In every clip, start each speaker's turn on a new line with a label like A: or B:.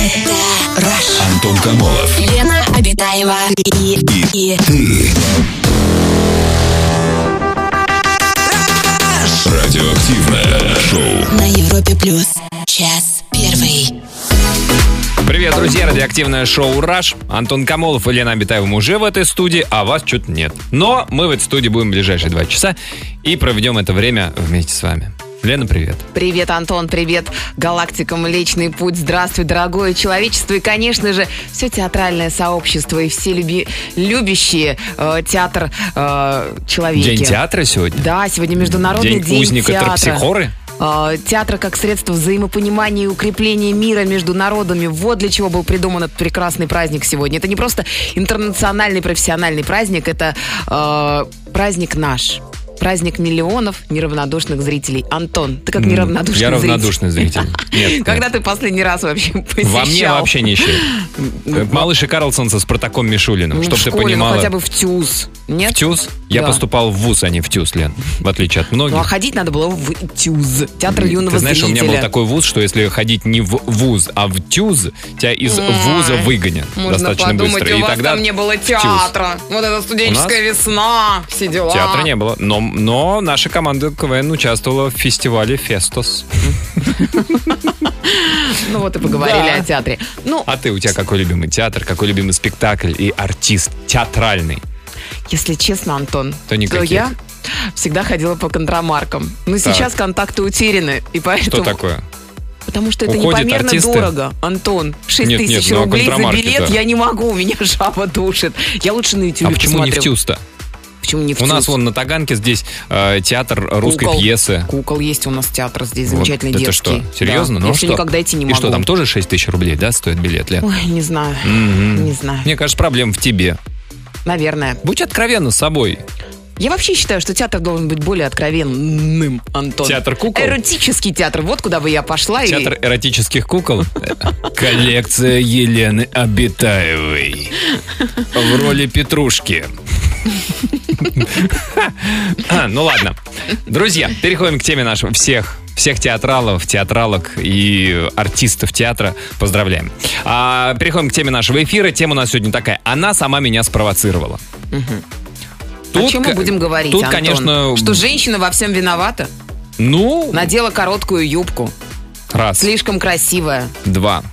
A: Это Rush.
B: Антон Камолов.
A: Лена Обитаева и,
B: И
A: и
B: ты. Радиоактивное шоу.
A: на Европе плюс час первый.
C: Привет, друзья, радиоактивное шоу «Раш». Антон Камолов и Лена Абитаева уже в этой студии, а вас что-то нет. Но мы в этой студии будем в ближайшие два часа и проведем это время вместе с вами. Лена, привет.
D: Привет, Антон, привет, галактика Млечный Путь. Здравствуй, дорогое человечество. И, конечно же, все театральное сообщество и все люби- любящие э, театр э, человеки.
C: День театра сегодня?
D: Да, сегодня Международный
C: День
D: день,
C: узника
D: театра.
C: Терпсихоры?
D: Э, Театра как средство взаимопонимания и укрепления мира между народами. Вот для чего был придуман этот прекрасный праздник сегодня. Это не просто интернациональный профессиональный праздник, это э, праздник наш. Праздник миллионов неравнодушных зрителей. Антон, ты как
C: М,
D: неравнодушный
C: Я
D: зритель.
C: равнодушный зритель. Нет,
D: Когда
C: нет.
D: ты последний раз вообще посещал?
C: Во мне вообще нищий. Малыш и Карлсон со Спартаком Мишулиным,
D: Ну,
C: чтобы
D: в
C: ты
D: школе, ну,
C: понимала.
D: хотя бы в ТЮЗ. Нет?
C: В ТЮЗ? Я
D: Да.
C: поступал в ВУЗ, а не в ТЮЗ, Лен. В отличие от
D: Ну, а
C: многих.
D: ходить надо было в ТЮЗ. Театр юного
C: Ты знаешь,
D: зрителя.
C: у меня был такой вуз, что если ходить не в вуз, а в тюз, тебя из
D: Ой.
C: вуза выгонят
D: Можно
C: достаточно
D: подумать,
C: быстро.
D: у
C: И
D: вас
C: тогда
D: там не было
C: в тюз.
D: театра. Вот это студенческая
C: У
D: весна, все дела.
C: Театра не было. Но, но наша команда КВН участвовала в фестивале «Фестос».
D: Ну вот и поговорили
C: Да.
D: о театре. Ну,
C: А ты, у тебя какой любимый театр, какой любимый спектакль и артист театральный?
D: если честно, Антон,
C: То никаких.
D: я всегда ходила по контрамаркам. Но
C: Так.
D: сейчас контакты утеряны, и
C: Что
D: поэтому...
C: такое?
D: Потому что это
C: Уходят
D: непомерно
C: артисты?
D: дорого, Антон. 6
C: Нет,
D: тысяч
C: нет, ну а
D: рублей за
C: контрамарки-то?
D: билет я не могу, у меня жаба душит. Я лучше на YouTube
C: а почему не в
D: посмотрю.
C: тюз-то?
D: Почему не в
C: У нас
D: тюз?
C: вон на Таганке здесь э, театр русской
D: Кукол.
C: пьесы.
D: Кукол есть у нас театр здесь,
C: Вот
D: замечательный
C: это
D: детский.
C: что? Серьезно?
D: Да.
C: Ну
D: я
C: а
D: все
C: что?
D: никогда идти не
C: и
D: могу.
C: что, там тоже 6 тысяч рублей, да, стоит билет, Лен?
D: Ой, не знаю,
C: Мгм.
D: не знаю.
C: Мне кажется, проблема в тебе.
D: Наверное.
C: Будь откровенна с собой.
D: Я вообще считаю, что театр должен быть более откровенным, Антон.
C: Театр кукол?
D: Эротический театр. Вот куда бы я пошла. и-
C: Театр эротических кукол. Коллекция Елены Обитаевой. В роли Петрушки. А, Ну ладно. Друзья, переходим к теме нашего всех всех театралов, театралок и артистов театра поздравляем. А, переходим к теме нашего эфира. Тема у нас сегодня такая. Она сама меня спровоцировала.
D: О чем мы
C: ко-
D: А будем говорить,
C: Тут,
D: Антон?
C: конечно,
D: Что женщина во всем виновата.
C: ну,
D: Надела короткую юбку.
C: раз,
D: Слишком красивая.
C: два.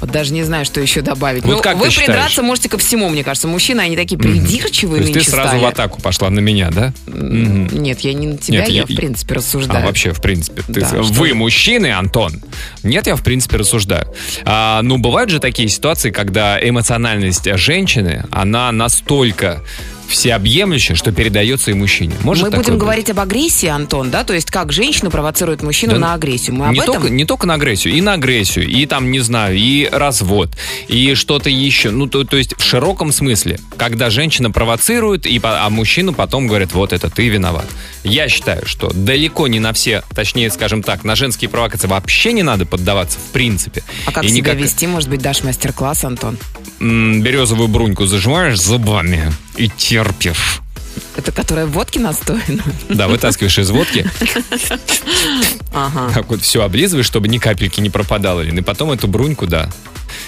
D: Вот даже не знаю, что еще добавить.
C: Вот
D: Ну,
C: как
D: вы
C: ты считаешь?
D: придраться можете ко всему, мне кажется. Мужчины, они такие придирчивые
C: То есть ты
D: нынче
C: сразу
D: стали.
C: в атаку пошла на меня, да? Мгм.
D: Нет, я не на тебя,
C: Нет,
D: я,
C: я-
D: в принципе
C: А
D: рассуждаю.
C: вообще, в принципе, ты-
D: Да,
C: вы
D: что вы.
C: мужчины, Антон? Нет, я в принципе рассуждаю. А, ну, бывают же такие ситуации, когда эмоциональность женщины, она настолько всеобъемлющая, что передается и мужчине. Может
D: Мы
C: такое
D: будем
C: быть?
D: говорить об агрессии, Антон, да? То есть как женщина провоцирует мужчину
C: Да
D: на агрессию. Мы об
C: не,
D: этом?
C: только, не только на агрессию, и на агрессию, и там, не знаю, и развод, и что-то еще. Ну, то, то есть в широком смысле, когда женщина провоцирует, и, по- а мужчину потом говорят, вот это ты виноват. Я считаю, что далеко не на все, точнее, скажем так, на женские провокации вообще не надо поддаваться в принципе.
D: А как
C: И
D: себя
C: никак-
D: вести, может быть, дашь мастер-класс, Антон?
C: М, березовую бруньку зажимаешь зубами и терпишь.
D: Это которая водки настоена?
C: Да, вытаскиваешь из водки,
D: Ага.
C: так вот все облизываешь, чтобы ни капельки не пропадало, Лен, и потом эту бруньку, да,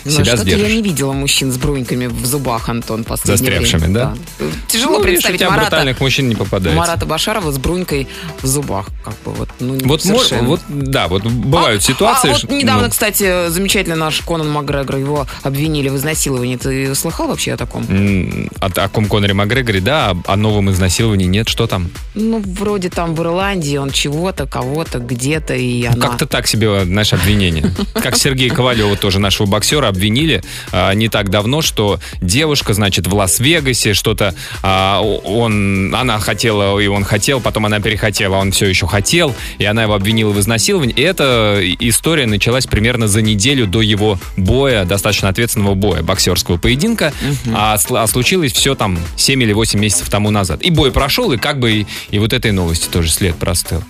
D: Ну,
C: себя
D: что-то
C: сдержишь.
D: я не видела мужчин с бруньками в зубах, Антон, в последнее
C: Застрявшими,
D: время.
C: да?
D: Тяжело
C: Ну, видишь, у
D: представить
C: тебя
D: Марата,
C: брутальных мужчин не попадается.
D: Марата Башарова с брунькой в зубах. Как бы вот, ну, не-
C: Вот, мо-
D: совершенно.
C: вот, да, вот бывают
D: А-
C: ситуации.
D: а вот
C: что-
D: недавно,
C: ну,
D: кстати, замечательный наш Конан Макгрегор, его обвинили в изнасиловании. Ты слыхал вообще о таком?
C: м, о, о ком Коноре Макгрегоре, да, о, о новом изнасиловании нет, что там?
D: Ну, вроде там в Ирландии он чего-то, кого-то, где-то, и она...
C: Ну, Как-то так себе наше обвинение. Как Сергея Ковалева, тоже нашего боксера, обвинили а, не так давно, что девушка, значит, в Лас-Вегасе что-то а, он, она хотела, и он хотел, потом она перехотела, а он все еще хотел, и она его обвинила в изнасиловании. И эта история началась примерно за неделю до его боя, достаточно ответственного боя, боксерского поединка, а, сл- а случилось все там 7 или 8 месяцев тому назад. И бой прошел, и как бы и, и вот этой новости тоже след простыл.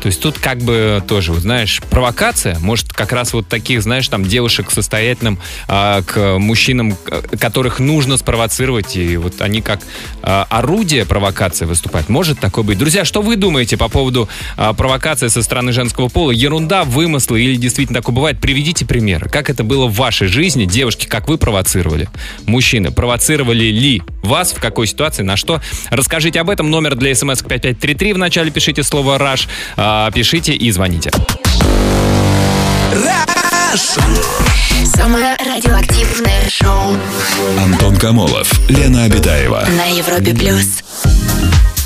C: То есть тут как бы тоже, вот знаешь, провокация, может, как раз вот таких, знаешь, там девушек состоятельных самостоятельным, а, к мужчинам, к- которых нужно спровоцировать, и вот они как а, орудие провокации выступают. Может такое быть? Друзья, что вы думаете по поводу а, провокации со стороны женского пола? Ерунда, вымыслы или действительно такое бывает? Приведите примеры. Как это было в вашей жизни? Девушки, как вы провоцировали? Мужчины, провоцировали ли вас? В какой ситуации? На что? Расскажите об этом. Номер для смс 5533. Вначале пишите слово «Раш». а, Пишите и звоните.
A: Самое радиоактивное шоу
B: Антон Камолов, Лена Обитаева.
A: на Европе Плюс.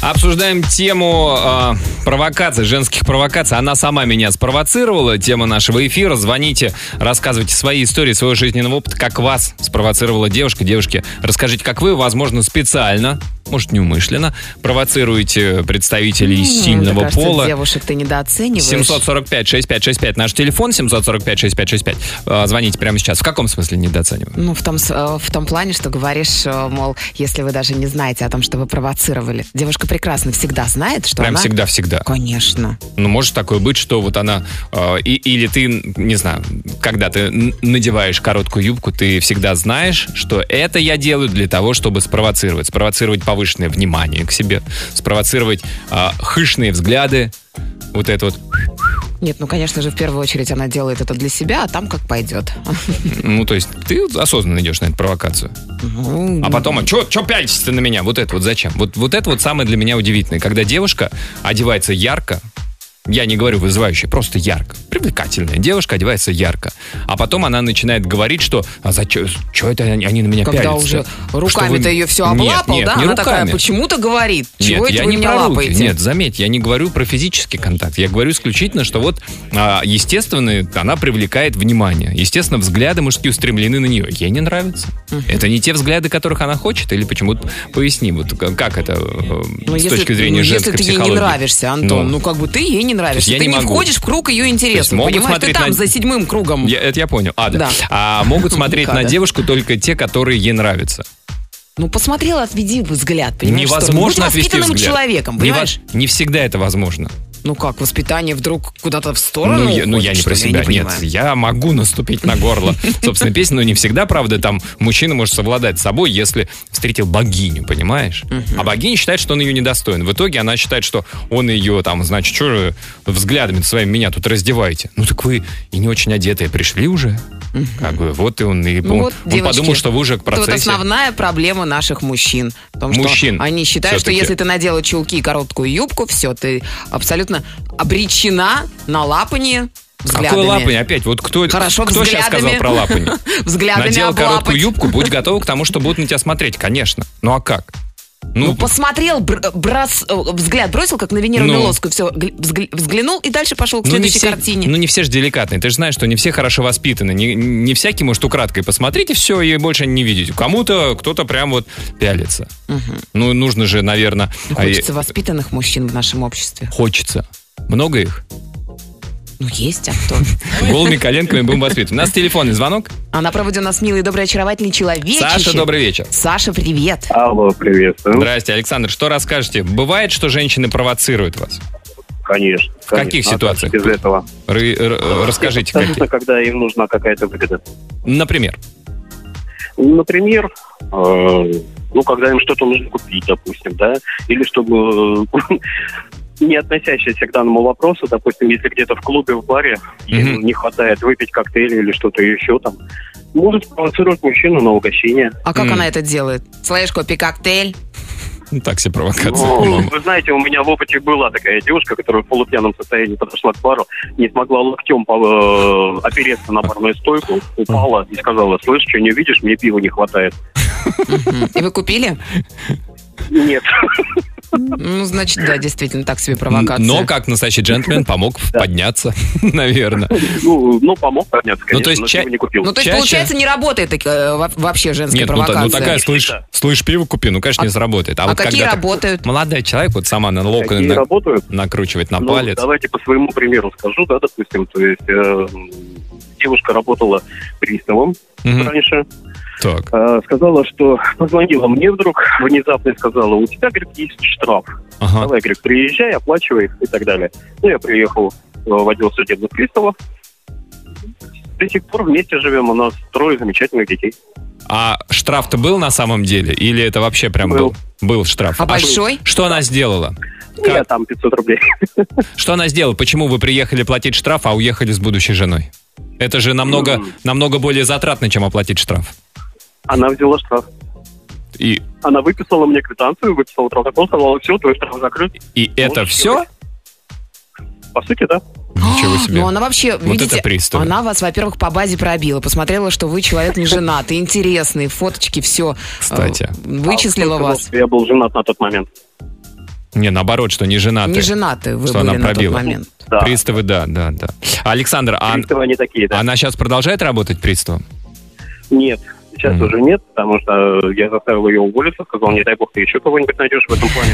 C: Обсуждаем тему э, провокаций, женских провокаций. Она сама меня спровоцировала. Тема нашего эфира. Звоните, рассказывайте свои истории, своего жизненного опыта, как вас спровоцировала девушка. Девушки, расскажите, как вы, возможно, специально, может, неумышленно, провоцируете представителей сильного пола.
D: девушек ты недооцениваешь.
C: 745-6565 наш телефон, 745-6565. Э, Звоните прямо сейчас. В каком смысле недооцениваем?
D: Ну, в том, с- э, в том плане, что говоришь, э, мол, если вы даже не знаете о том, что вы провоцировали. Девушка прекрасно всегда знает, что
C: Прям
D: она...
C: всегда-всегда.
D: Конечно.
C: Ну, может такое быть, что вот она... э, и, или ты, не знаю, когда ты н- надеваешь короткую юбку, ты всегда знаешь, что это я делаю для того, чтобы спровоцировать. Спровоцировать повышенное внимание к себе, спровоцировать э, хышные взгляды, вот это вот.
D: Нет, ну, конечно же, в первую очередь она делает это для себя, а там как пойдет.
C: Ну, то есть ты осознанно идешь на эту провокацию.
D: Ну,
C: А потом, а чё, чё пялитесь-то на меня? Вот это вот зачем? Вот, вот это вот самое для меня удивительное. Когда девушка одевается ярко, я не говорю вызывающе, просто ярко. Привлекательная девушка одевается ярко. А потом она начинает говорить, что а зачем, что это они они на меня
D: Когда
C: пялятся?
D: уже
C: Что
D: руками-то
C: вы-
D: ее все
C: Нет,
D: облапал,
C: нет,
D: да?
C: не
D: она
C: руками.
D: такая почему-то говорит, чего
C: Нет,
D: это
C: я
D: вы
C: не
D: меня
C: про руки.
D: лапаете?
C: Нет, заметь, я не говорю про физический контакт. Я говорю исключительно, что вот, а, естественно, она привлекает внимание. Естественно, взгляды мужские устремлены на нее. Ей не нравится. Это не те взгляды, которых она хочет? Или почему-то поясни, вот к- как это э,
D: Ну,
C: с
D: если-
C: точки зрения
D: ну,
C: женской
D: Если ты
C: психологии?
D: ей не нравишься, Антон, ну,
C: Ну,
D: как бы ты ей не
C: То
D: нравишься.
C: есть я
D: Ты
C: не
D: не
C: могу.
D: входишь в круг ее интересов,
C: могут
D: понимаешь? Ты
C: смотреть
D: там
C: на-
D: за седьмым кругом.
C: я- это я понял. Ада.
D: ну, Да.
C: А могут смотреть на
D: Ада.
C: девушку только те, которые ей нравятся.
D: Ну, посмотрел, отведи взгляд, понимаешь? что ли?
C: Невозможно
D: Будь
C: отвести
D: воспитанным
C: взгляд.
D: человеком,
C: Не во-
D: понимаешь?
C: не всегда это возможно.
D: Ну как, воспитание вдруг куда-то в сторону?
C: Ну, я, ну,
D: уходит,
C: я не
D: что
C: про
D: ли?
C: себя,
D: не
C: нет.
D: понимаю.
C: Я могу наступить на горло. Собственно, песня, но не всегда, правда, там мужчина может совладать с собой, если встретил богиню, понимаешь? А богиня считает, что он ее недостоин. В итоге она считает, что он ее там, значит, что же вы взглядами своими меня тут раздеваете? Ну так вы и не очень одетые пришли уже. Как бы вот и он, и
D: Ну
C: он-
D: вот,
C: он
D: девочки,
C: подумал, что вы уже к
D: Это вот
C: процессе.
D: основная проблема наших мужчин. В том, что
C: Мужчин
D: они считают, что
C: всё-таки.
D: если ты надела чулки и короткую юбку, все, ты абсолютно обречена на лапание взглядами.
C: Какое А лапань? Опять, вот кто,
D: Хорошо,
C: кто сейчас
D: взглядами.
C: сказал про лапань?
D: Взглядами
C: Надел
D: облапать.
C: короткую юбку, будь готова к тому, что будут на тебя смотреть, конечно. Ну а как?
D: Ну, посмотрел, бр- брос- э, взгляд бросил, как на Венеру
C: Ну.
D: Милоскую, все, взглянул и дальше пошел к
C: ну, не
D: следующей
C: все-
D: картине.
C: Ну, не все же деликатные. Ты же знаешь, что не все хорошо воспитаны. Не, не всякий может украдкой посмотреть и все, и больше не видеть. Кому-то кто-то прям вот пялится. Ну, нужно же, наверное...
D: Ну, Хочется воспитанных мужчин в нашем обществе.
C: Хочется. Много их.
D: Ну, есть, Антон.
C: Голыми коленками будем воспитаны. У нас телефонный звонок.
D: А на проводе у нас милый, добрый, очаровательный человечище.
C: Саша, добрый вечер.
D: Саша, привет.
E: Алло, приветствую.
C: Здрасте, Александр. Что расскажете? Бывает, что женщины провоцируют вас?
E: Конечно. В
C: каких ситуациях?
E: Без этого.
C: Ры- р- расскажите,
E: Абсолютно,
C: какие.
E: когда им нужна какая-то выгода.
C: Например.
E: Например, э, ну, когда им что-то нужно купить, допустим, да, или чтобы э, не относящееся к данному вопросу, допустим, если где-то в клубе, в баре им
C: Мгм.
E: не хватает выпить коктейль или что-то еще там, может спровоцировать мужчину на угощение.
D: А как
C: М.
D: она это делает? Слышь, купи коктейль.
C: Ну, так себе провокация,
E: Ну,
C: по-моему.
E: Вы знаете, у меня в опыте была такая девушка, которая в полупьяном состоянии подошла к бару, не смогла локтем по- э, опереться на барную стойку, упала и сказала, слышь, что не видишь, мне пива не хватает.
D: И вы купили?
E: Нет.
D: Ну, значит, да, действительно, так себе провокация.
C: Но, как настоящий джентльмен, помог подняться, наверное.
E: Ну, ну, помог подняться, конечно,
C: Ну, то есть
E: но
C: ча-
E: пиво не купил.
D: Ну, то есть,
C: Чаще-
D: получается, не работает э, во- вообще женская
C: Нет, ну, та-
D: провокация.
C: ну такая, слышь,
E: Всегда.
C: слышь, пиво купи, ну, конечно, не заработает. А,
D: А,
C: вот
D: какие
C: когда ты-
D: работают?
C: Молодой человек, вот сама на локоны
E: Какие
C: на-
E: работают?
C: накручивает на
E: Ну,
C: палец.
E: давайте по своему примеру скажу, да, допустим, то есть э, девушка работала приставом
C: Мгм.
E: раньше,
C: Так.
E: э, сказала, что позвонила мне вдруг, внезапно и сказала, у тебя, говорит, есть штраф.
C: Ага.
E: Давай, говорит, приезжай, оплачивай и так далее. Ну, я приехал, э, в отдел судебных приставов. до сих пор вместе живем, у нас трое замечательных детей.
C: А штраф-то был на самом деле? Или это вообще прям был?
E: Был.
C: Был штраф.
D: А
C: ш-
D: большой?
C: Что она сделала? Как?
E: Я там 500 рублей.
C: Что она сделала? Почему вы приехали платить штраф, а уехали с будущей женой? Это же намного,
E: Мгм.
C: намного более затратно, чем оплатить штраф.
E: Она взяла штраф.
C: И,
E: Она выписала мне квитанцию, выписала протокол, сказала, все, твой штраф закрыт.
C: и это все?
E: По сути, да.
C: Ничего себе.
D: Ну, она вообще,
C: Вот
D: видите,
C: это пристально.
D: она вас, во-первых, по базе пробила, посмотрела, что вы человек не женатый, интересный, фоточки, все.
C: Кстати.
D: Вычислила
E: А кто сказал,
D: вас.
E: что Я был женат на тот момент.
C: Не, наоборот, что не женаты.
D: Не женаты вы
C: А Что
D: были
C: она
D: на тот
C: пробила.
D: момент.
E: Да.
C: Приставы, да, да, да. Александр, а
E: Приставы они такие, да.
C: она сейчас продолжает работать приставом?
E: Нет. Сейчас
C: а- Мгм.
E: уже нет, потому что э, я заставил ее уволиться, сказал, не дай бог, ты еще кого-нибудь найдешь в этом плане.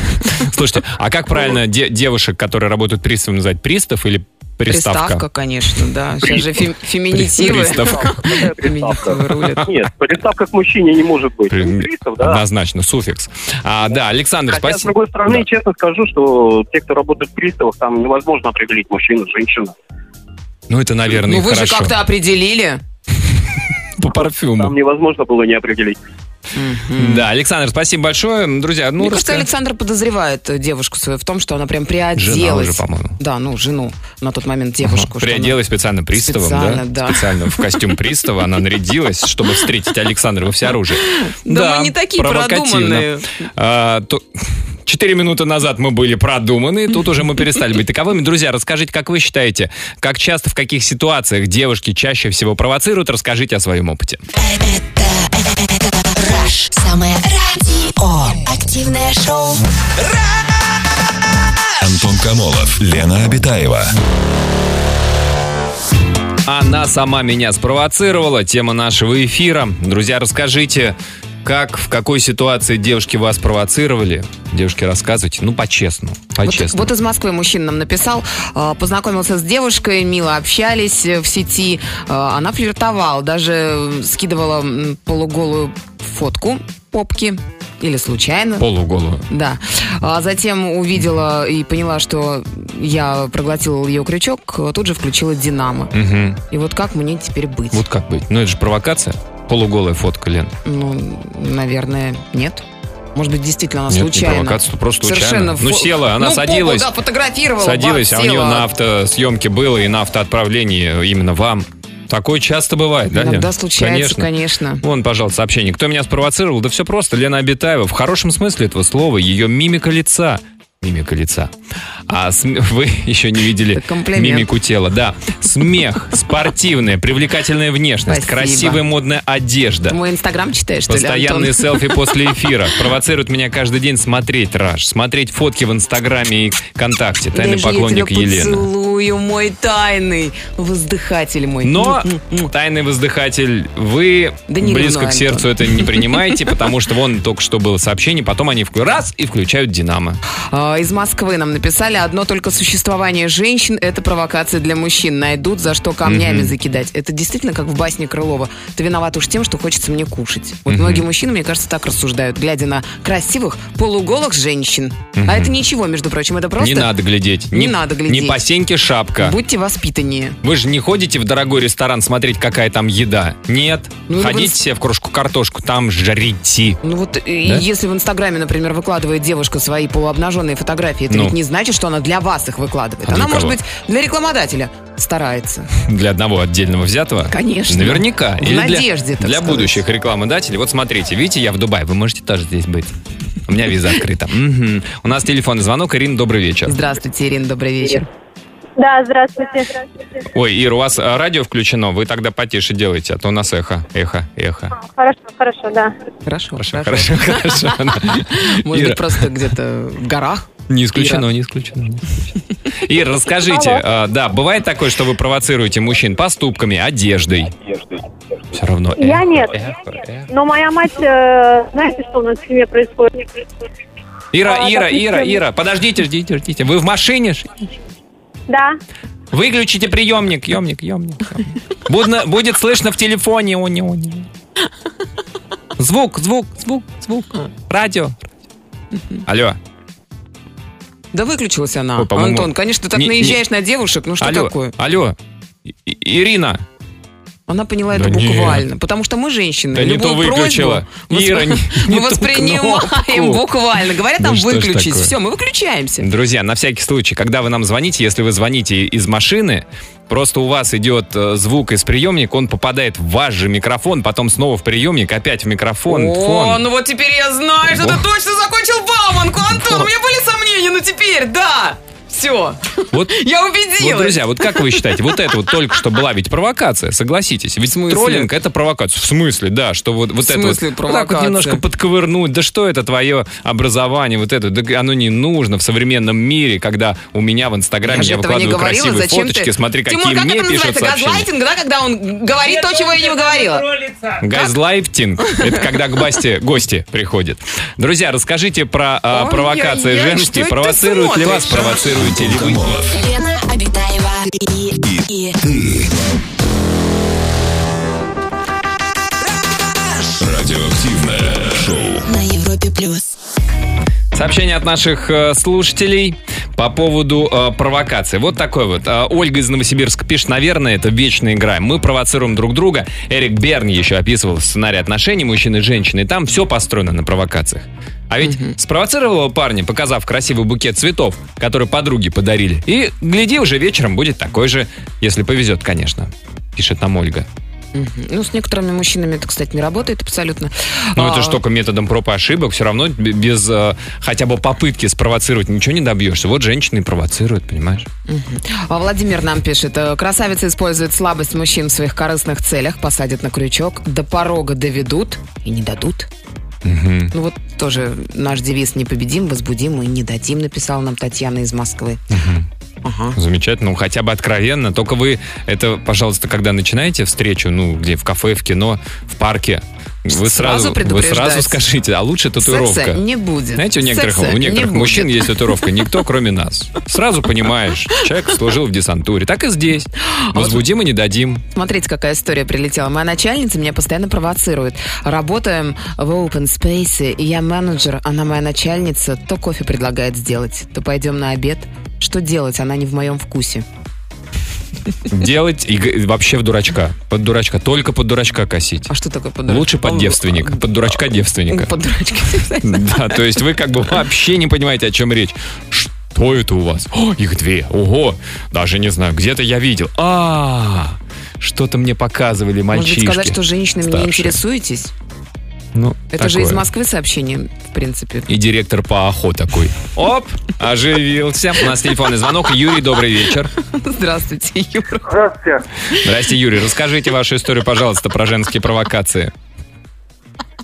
C: Слушайте, а
E: Ну,
C: как правильно де- девушек, которые работают приставом, называть пристав или приставка?
D: Приставка, конечно, да. Сейчас же фем- феминитивы.
C: Приставка.
E: Какая
D: Феминитивы
E: приставка?
D: рулят.
E: Нет, приставка к мужчине не может быть.
C: При-
E: Пристав, да.
C: Однозначно, суффикс. А, да, Александр,
E: Хотя, с
C: спасибо.
E: другой стороны,
C: Да.
E: честно скажу, что те, кто работает в приставах, там невозможно определить мужчину, женщину.
C: Ну, это, наверное,
D: Ну, вы же
C: хорошо.
D: как-то определили.
C: По парфюму.
E: Там невозможно было не определить.
C: Да, ну, Александр, спасибо большое. Друзья, ну,
D: Мне кажется,
C: раска-
D: Александр подозревает э, девушку свою в том, что она прям
C: Жена
D: приоделась.
C: уже, по-моему.
D: Да, ну, жену на тот момент девушку. что она-
C: Приоделась специально приставом,
D: Специально,
C: да?
D: да.
C: Специально в костюм пристава она нарядилась, чтобы встретить Александра во всеоружии.
D: Да мы не такие
C: провокативно.
D: продуманные.
C: А, то- Четыре минуты назад мы были продуманы, тут уже мы перестали быть таковыми. Друзья, расскажите, как вы считаете, как часто, в каких ситуациях девушки чаще всего провоцируют, расскажите о своем опыте.
A: Э, Rush. э, Самое радио. Активное шоу.
B: Антон Камолов, Лена Обитаева.
C: Она сама меня спровоцировала. Тема нашего эфира. Друзья, расскажите, как, в какой ситуации девушки вас провоцировали? Девушки, рассказывайте. Ну, по-честному.
D: Вот,
C: По-честному.
D: вот из Москвы мужчина нам написал, э, познакомился с девушкой, мило общались э, в сети, э, она флиртовала, даже э, скидывала м, полуголую фотку попки или случайно.
C: Полуголую.
D: Да. А затем увидела и поняла, что я проглотила ее крючок, э, тут же включила динамо.
C: Мгм.
D: И вот как мне теперь быть?
C: Вот как быть? Ну, это же провокация. Полуголая фотка, Лен.
D: Ну, наверное, нет. Может быть, действительно она
C: Нет,
D: А случайно.
C: не провокация, это просто
D: Совершенно.
C: случайно. Ну,
D: фо-
C: села, она
D: Ну, попу,
C: садилась.
D: да, фотографировала.
C: Садилась, а у нее
D: бахтела.
C: на автосъемке было и на автоотправлении именно вам. Такое часто бывает, да, Лен?
D: Иногда случается,
C: Конечно.
D: конечно.
C: Вон, пожалуйста, сообщение. Кто меня спровоцировал? Да все просто. Лена Обитаева. В хорошем смысле этого слова. Ее мимика лица. Мимика лица. А см- вы еще не видели
D: Это комплимент.
C: мимику тела. Да. Смех, спортивная, привлекательная внешность,
D: Спасибо.
C: красивая модная одежда.
D: Ты мой инстаграм читаешь, что ли,
C: Постоянные
D: Антон?
C: селфи после эфира. Провоцирует меня каждый день смотреть Раш, смотреть фотки в Инстаграме и ВКонтакте. Тайный
D: Даже
C: поклонник
D: я тебя
C: Елена.
D: поцелую, мой тайный воздыхатель мой.
C: Но
D: М-м-м.
C: тайный воздыхатель, вы
D: Да не
C: близко
D: ревнуй,
C: к сердцу это не принимаете, потому что вон только что было сообщение, потом они вк- раз и включают Динамо.
D: А, Из Москвы нам написали, одно только существование женщин – это провокация для мужчин. Найдут, за что камнями
C: Мгм.
D: закидать. Это действительно как в басне Крылова. Ты виноват уж тем, что хочется мне кушать. Вот многие мужчины, мне кажется, так рассуждают, глядя на красивых полуголых женщин. А это ничего, между прочим, это просто…
C: Не надо глядеть.
D: Не надо глядеть.
C: Не по сеньке шапка.
D: Будьте воспитаннее.
C: Вы же не ходите в дорогой ресторан смотреть, какая там еда. Нет.
D: Ну, либо
C: Ходите
D: с-
C: себе в кружку картошку, там жарите.
D: Ну вот э,
C: Да?
D: если в Инстаграме, например, выкладывает девушка свои полуобнаженные фотографии, это
C: Ну.
D: ведь не значит, что она для вас их выкладывает.
C: А для
D: она, может
C: кого?
D: быть, для рекламодателя старается.
C: Для одного отдельного взятого?
D: Конечно.
C: Наверняка.
D: В
C: Или для-
D: надежде, так
C: Для
D: сказать.
C: будущих рекламодателей. Вот смотрите, видите, я в Дубае, вы можете тоже здесь быть. У меня виза открыта. Мгм. У нас телефонный звонок. Ирина, добрый вечер.
D: Здравствуйте, Ирина, добрый вечер.
F: Да, здравствуйте.
C: Ой, Ира, у вас а, радио включено, вы тогда потише делаете, а то у нас эхо, эхо, эхо.
F: Хорошо, хорошо, да.
D: Хорошо, хорошо.
C: Хорошо, хорошо.
D: Может
C: Ира,
D: быть, просто где-то в горах.
C: не исключено, не исключено. не исключено. Ира, расскажите,
F: Алло.
C: а, да, бывает такое, что вы провоцируете мужчин поступками, одеждой? Все равно.
F: Я
C: эхо,
F: нет.
C: эхо, эхо.
F: Но моя мать, э, знаете, что у нас в семье происходит?
C: Ира,
F: А,
C: Ира,
F: допустим-
C: Ира, Ира, подождите, ждите, ждите. Вы в машине? ж-
F: Да,
C: Выключите приемник, емник, емник. емник. Будно- будет слышно в телефоне. Они, они. Звук, звук, звук, звук. Радио. Алло,
D: Да выключилась она.
C: Ой, по-моему,
D: Антон, конечно, ты так
C: не- не-
D: наезжаешь на девушек, ну что
C: алло,
D: такое?
C: алло. И- Ирина,
D: Она поняла
C: Да
D: это
C: нет.
D: буквально. Потому что мы женщины.
C: Да не
D: любую
C: то выключила.
D: просьбу
C: Ира,
D: воспри-
C: не- не
D: мы
C: ту
D: воспринимаем
C: кнопку.
D: буквально. Говорят,
C: Ну
D: нам
C: что ж
D: выключить.
C: такое.
D: Все, мы выключаемся.
C: Друзья, на всякий случай, когда вы нам звоните, если вы звоните из машины, просто у вас идет э, звук из приемника, он попадает в ваш же микрофон, потом снова в приемник, опять в микрофон.
D: О,
C: фон.
D: ну вот теперь я знаю, что
C: Во.
D: ты точно закончил Бауманку, Антон. У меня были сомнения, но теперь, да. Все,
C: Вот,
D: я
C: вот,
D: убедилась.
C: друзья, вот как вы считаете, вот это вот только что была ведь провокация, согласитесь. Ведь
D: смысле?
C: троллинг это провокация. В смысле, да, что вот, вот
D: В
C: это вот,
D: смысле
C: вот так вот
D: провокация?
C: немножко подковырнуть. Да что это твое образование, вот это, да оно не нужно в современном мире, когда у меня в Инстаграме я,
D: же этого не
C: выкладываю
D: говорила,
C: красивые
D: зачем
C: фоточки,
D: ты?
C: смотри,
D: Тимур,
C: какие
D: как
C: мне
D: это
C: пишут
D: называется?
C: сообщения.
D: Газлайтинг, да, когда он говорит то, чего я не говорила.
C: Газлайтинг – это когда к Басте гости приходят. Друзья, расскажите про э,
D: Ой,
C: провокации
D: ой, ой, что
C: женские.
D: это
C: Провоцируют ли
D: смотришь,
C: вас,
D: а?
C: провоцируете ли вы?
A: Лена Обитаева и, и,
B: Радиоактивное шоу.
A: на Европе плюс.
C: Сообщение от наших э, слушателей по поводу э, провокации. Вот такой вот. Э, Ольга из Новосибирска пишет, наверное, это вечная игра. Мы провоцируем друг друга. Эрик Берн еще описывал сценарий отношений мужчины и женщины. И там все построено на провокациях. А ведь спровоцировала парня, показав красивый букет цветов, который подруги подарили. И, гляди, уже вечером будет такой же, если повезет, конечно, пишет нам Ольга.
D: Ну, с некоторыми мужчинами это, кстати, не работает абсолютно.
C: Ну, это
D: А,
C: же только методом проб и ошибок. Все равно б- без э, хотя бы попытки спровоцировать ничего не добьешься. Вот женщины и провоцируют, понимаешь?
D: А Владимир нам пишет, э, красавицы используют слабость мужчин в своих корыстных целях, посадят на крючок, до порога доведут и не дадут.
C: Мгм.
D: Ну вот тоже наш девиз «Непобедим, возбудим и не дадим», написала нам Татьяна из Москвы. Ага.
C: Замечательно. Ну, хотя бы откровенно. Только вы это, пожалуйста, когда начинаете встречу, ну, где, в кафе, в кино, в парке, вы сразу,
D: Сразу
C: вы сразу
D: предупреждать.
C: скажите, а лучше татуировка.
D: Секса не будет.
C: Знаете, у некоторых,
D: Секса
C: у некоторых
D: не
C: мужчин
D: будет.
C: есть татуировка, никто, кроме нас. Сразу понимаешь, человек служил в десантуре. Так и здесь.
D: А
C: Возбудим и не дадим.
D: Смотрите, какая история прилетела. Моя начальница меня постоянно провоцирует. Работаем в open space, и я менеджер, она моя начальница. То кофе предлагает сделать, то пойдем на обед. Что делать? Она не в моем вкусе.
C: Делать и г- вообще в дурачка. Под дурачка. Только под дурачка косить.
D: А что такое под дурачка?
C: Лучше под
D: Он-
C: девственника, под дурачка девственника.
D: Под дурачка.
C: Да, то есть вы как бы вообще не понимаете, о чем речь. Что это у вас? О, их две. Ого, даже не знаю, где-то я видел. А, что-то мне показывали
D: Может
C: мальчишки.
D: быть, сказать, что женщинами не
C: старшие.
D: интересуетесь?
C: Ну,
D: Это же
C: такое.
D: из Москвы сообщение, в принципе.
C: И директор по АХО такой. Оп, оживился. У нас телефонный звонок. Юрий, добрый вечер.
D: Здравствуйте, Юра.
G: Здравствуйте.
C: Здрасте, Юрий. Расскажите вашу историю, пожалуйста, про женские провокации.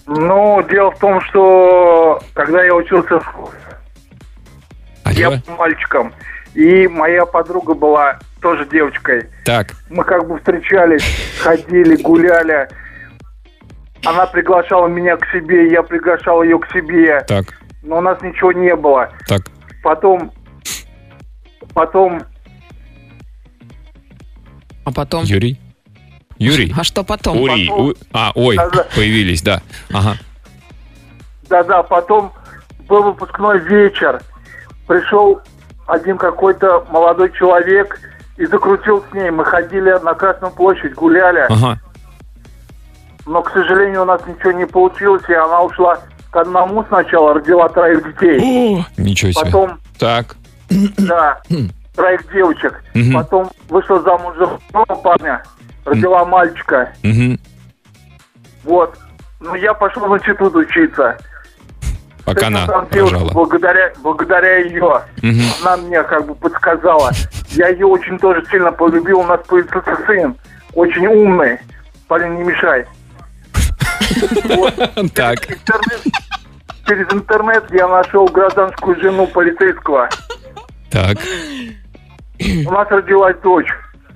G: Ну, дело в том, что когда я учился в школе, я
C: Алло?
G: был мальчиком, и моя подруга была тоже девочкой.
C: Так,
G: Мы как бы встречались, ходили, гуляли. Она приглашала меня к себе, я приглашал ее к себе,
C: так,
G: но у нас ничего не было.
C: так.
G: Потом, потом,
D: А потом...
C: Юрий? Юрий?
D: А что потом?
C: Ури.
G: потом-
C: у- А, ой, появились, да. Ага.
G: да-да, потом был выпускной вечер. Пришел один какой-то молодой человек и закрутил с ней. Мы ходили на Красную площадь, гуляли.
C: Ага.
G: Но, к сожалению, у нас ничего не получилось, и она ушла к одному сначала, родила троих детей.
C: Ничего себе.
G: Потом,
C: Так.
G: да, троих девочек.
C: Хм. Мгм.
G: Потом вышла замуж за другого парня, родила мальчика.
C: Мгм.
G: Вот. Ну, я пошел в институт учиться.
C: Пока
G: Это,
C: она
G: на самом деле,
C: рожала.
G: Благодаря, благодаря ее.
C: Мгм.
G: Она мне как бы подсказала. Я ее очень тоже сильно полюбил. У нас появился сын. Очень умный. Парень, не мешай.
C: Так.
G: Интернет- Через интернет я нашел гражданскую жену полицейского.
C: Так.
G: У нас родилась дочь.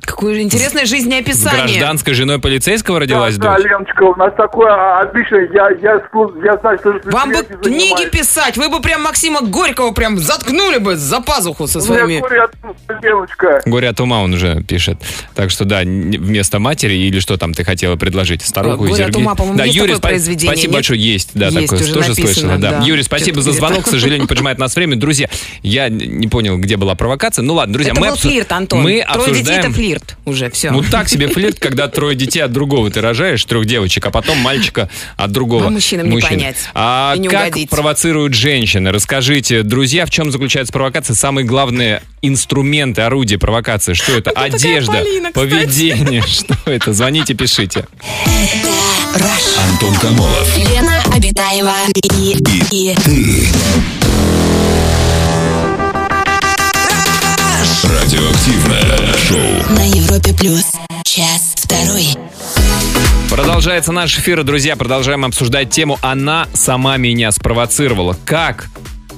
D: Какое же интересное
C: С
D: жизнеописание.
C: гражданской женой полицейского родилась
G: да, да,
C: дочь?
G: Леночка, у нас такое а, отличное. Я, я, слу- я знаю, что...
D: Вам бы
G: связи
D: книги
G: занимаюсь.
D: писать, вы бы прям Максима Горького прям заткнули бы за пазуху со
G: У меня
D: своими...
G: горе от- девочка.
C: Горе от ума он уже пишет. Так что да, не- вместо матери или что там ты хотела предложить? Старуху
D: Горе
C: из
D: от
C: Ирги-
D: ума, по-моему,
C: да,
D: есть
C: Юрий,
D: такое
C: спа-
D: произведение,
C: Спасибо
D: нет?
C: большое, есть. Да,
D: Есть,
C: такое
D: уже
C: тоже
D: написано,
C: слышала. Да.
D: да.
C: Юрий, спасибо
D: Чё-то
C: за
D: где-то.
C: звонок. К сожалению, поджимает нас время. Друзья, я не понял, где была провокация. Ну ладно, друзья,
D: Это
C: мы
D: был
C: обсу-
D: флирт, Антон.
C: Мы
D: Трое детей
C: обсуждаем...
D: это флирт. флирт уже, все.
C: Ну так себе флирт, когда трое детей от другого ты рожаешь, трех девочек, а потом мальчика от другого.
D: Ну, мужчинам не понять
C: А
D: и не
C: как
D: угодить.
C: провоцируют женщины? Расскажите, друзья, в чем заключается провокация? Самые главные инструменты, орудия провокации. Что это?
D: такая
C: Одежда,
D: Полина, кстати.
C: поведение. Что это? Звоните, пишите.
B: Антон Камолов.
A: Лена Обитаева и, и,
B: Радиоактивное шоу.
A: на Европе плюс. Час второй.
C: Продолжается наш эфир, и, друзья. Продолжаем обсуждать тему «Она сама меня спровоцировала». Как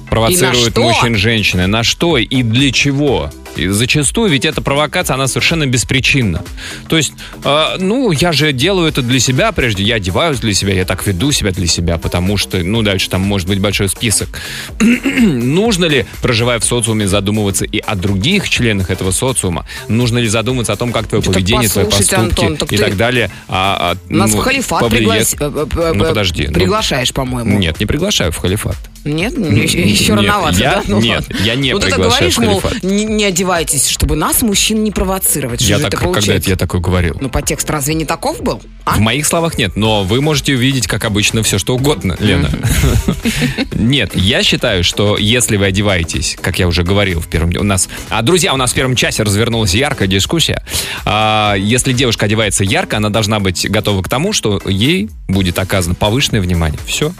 C: провоцируют
D: что?
C: мужчин женщины? На что и для чего? И зачастую ведь эта провокация, она совершенно беспричинна. То есть, э, ну, я же делаю это для себя прежде, я одеваюсь для себя, я так веду себя для себя, потому что, ну, дальше там может быть большой список. Нужно ли, проживая в социуме, задумываться и о других членах этого социума? Нужно ли задумываться о том, как твое
D: Да так
C: поведение, твои
D: послушайте,
C: поступки
D: Антон, так
C: и
D: ты-
C: так далее? а, а,
D: Нас
C: ну,
D: в халифат
C: повлияет?
D: приглас- э, э, э,
C: Ну, подожди, ну.
D: Приглашаешь, по-моему.
C: Нет, не приглашаю в халифат.
D: Нет? Еще, еще
C: Нет,
D: рановато,
C: я-
D: да? Ну
C: нет,
D: ладно.
C: я не
D: Ну ты так
C: приглашаю
D: говоришь,
C: в
D: мол,
C: халифат.
D: не, не одевайтесь, чтобы нас, мужчин, не провоцировать. Что
C: я
D: же
C: так,
D: это
C: когда
D: получается?
C: это я такое говорил?
D: Ну, по тексту разве не таков был? А?
C: В моих словах нет, но вы можете увидеть, как обычно, все что угодно, Лена. Нет, я считаю, что если вы одеваетесь, как я уже говорил в первом... У нас... А, друзья, у нас в первом часе развернулась яркая дискуссия. А, если девушка одевается ярко, она должна быть готова к тому, что ей будет оказано повышенное внимание. Все.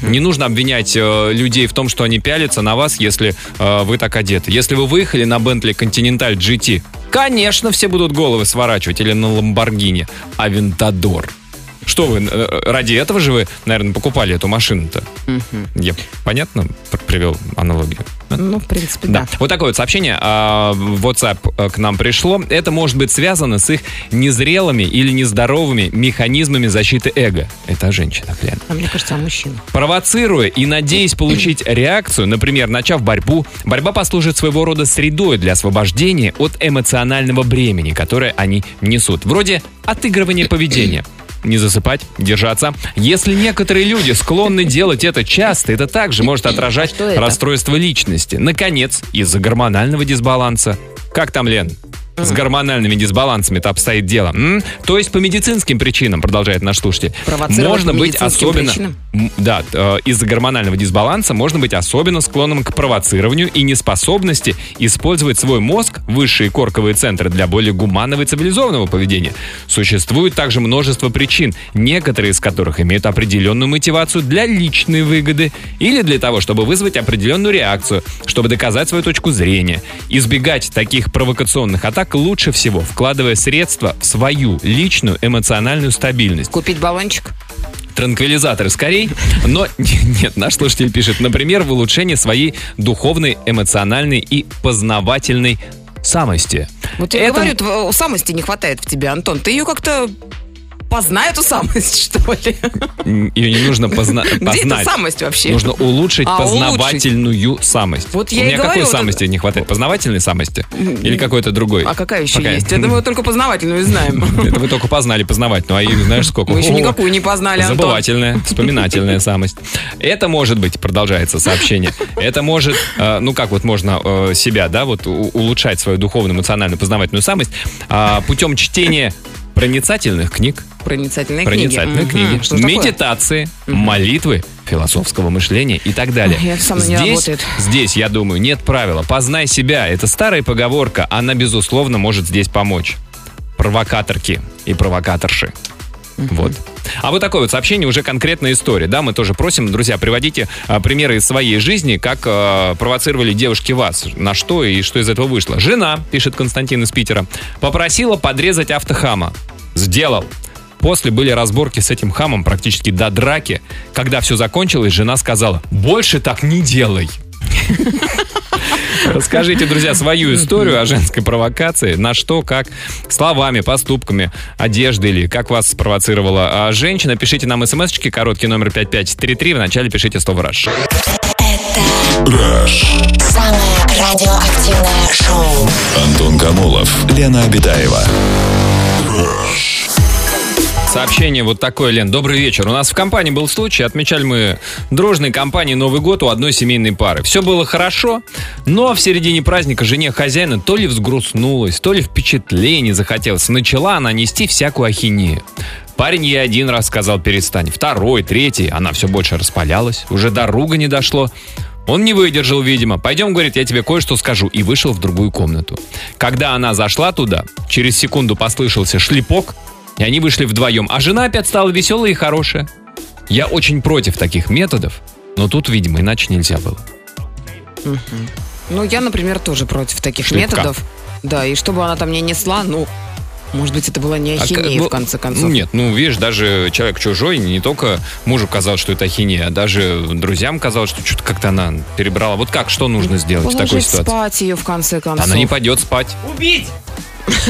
C: Не нужно обвинять э, людей в том, что они пялятся на вас, если э, вы так одеты. Если вы выехали на Bentley Continental GT, конечно, все будут головы сворачивать. Или на Lamborghini Aventador. Что вы, э, ради этого же вы, наверное, покупали эту машину-то? Я понятно пр- привел аналогию? Да?
D: Ну, в принципе,
C: Да.
D: да.
C: Вот такое вот сообщение а, в WhatsApp э, к нам пришло. Это может быть связано с их незрелыми или нездоровыми механизмами защиты эго. Это о женщинах, Лен.
D: А мне кажется, а мужчина.
C: Провоцируя и надеясь получить реакцию, например, начав борьбу, борьба послужит своего рода средой для освобождения от эмоционального бремени, которое они несут. Вроде отыгрывания поведения. Не засыпать, держаться. Если некоторые люди склонны делать это часто, это также может отражать
D: Что это?
C: расстройство личности. Наконец, из-за гормонального дисбаланса. Как там, Лен? С гормональными дисбалансами-то обстоит дело. М? То есть по медицинским причинам, продолжает наш слушатель,
D: Провоцировать
C: можно
D: по
C: быть
D: медицинским
C: особенно...
D: причинам?
C: М, Да, э, из-за гормонального дисбаланса можно быть особенно склонным к провоцированию и неспособности использовать свой мозг, высшие корковые центры, для более гуманного и цивилизованного поведения. Существует также множество причин, некоторые из которых имеют определенную мотивацию для личной выгоды или для того, чтобы вызвать определенную реакцию, чтобы доказать свою точку зрения. Избегать таких провокационных атак лучше всего, вкладывая средства в свою личную эмоциональную стабильность
D: Купить баллончик?
C: транквилизаторы скорей, но нет, наш слушатель пишет, например, в улучшении своей духовной, эмоциональной и познавательной самости.
D: Вот я
C: Это-
D: говорю, тво- самости не хватает в тебе, Антон. Ты ее как-то познай, эту самость, что ли.
C: М, Ее не нужно позна-
D: Где эта
C: познать.
D: самость вообще?
C: Нужно улучшить
D: А,
C: познавательную самость.
D: Вот
C: У
D: я и
C: меня какой
D: говорю, вот
C: самости не хватает? Познавательной самости? Или какой-то другой?
D: А какая еще
C: Пока-
D: есть? Я думаю, только познавательную знаем.
C: Это вы только познали познавать, ну а их знаешь сколько?
D: Мы еще
C: О,
D: никакую не познали, Антон.
C: Забывательная, вспоминательная самость. Это может быть, продолжается сообщение, это может, э, ну как вот можно э, себя, да, вот у- улучшать свою духовную, эмоциональную, познавательную самость а, путем чтения проницательных книг,
D: Проницательные книги.
C: проницательные
D: Мгм.
C: книги,
D: Что ж такое?
C: медитации, молитвы, философского мышления и так далее.
D: Ой, это со мной не
C: здесь,
D: работает.
C: здесь, я думаю, нет правила. Познай себя. Это старая поговорка. Она, безусловно, может здесь помочь. Провокаторки и провокаторши. Вот. А вот такое вот сообщение, уже конкретная история. Да, мы тоже просим, друзья, приводите а, примеры из своей жизни, как а, провоцировали девушки вас, на что и что из этого вышло. Жена, пишет Константин из Питера, попросила подрезать автохама. Сделал. После были разборки с этим хамом практически до драки. Когда все закончилось, жена сказала, больше так не делай. Расскажите, друзья, свою историю о женской провокации. На что, как, словами, поступками, одеждой или как вас спровоцировала а, женщина. Пишите нам смс-очки, короткий номер 5533. Вначале пишите слово «Раш».
A: Самое радиоактивное шоу.
B: Антон Камолов. Лена Обитаева.
C: Сообщение вот такое, Лен. Добрый вечер. У нас в компании был случай, отмечали мы дружной компании Новый год у одной семейной пары. Все было хорошо, но в середине праздника жене хозяина то ли взгрустнулась, то ли впечатление захотелось. Начала она нести всякую ахинею. Парень ей один раз сказал «перестань», второй, третий. Она все больше распалялась, уже до руга не дошло. Он не выдержал, видимо. «Пойдем, — говорит, — я тебе кое-что скажу», и вышел в другую комнату. Когда она зашла туда, через секунду послышался шлепок, и они вышли вдвоем, а жена опять стала веселая и хорошая. Я очень против таких методов, но тут, видимо, иначе нельзя было.
D: Ну, я, например, тоже против таких
C: Шлепка.
D: методов. Да, и чтобы она там не несла, ну, может быть, это была не
C: А к-
D: ахинея,
C: ну,
D: в конце концов.
C: Ну, нет, ну, видишь, даже человек чужой, не только мужу казалось, что это ахинея, а даже друзьям казалось, что что-то как-то она перебрала. Вот как, что нужно сделать в такой
D: Положить
C: ситуации?
D: спать ее, в конце концов.
C: Она не пойдет спать.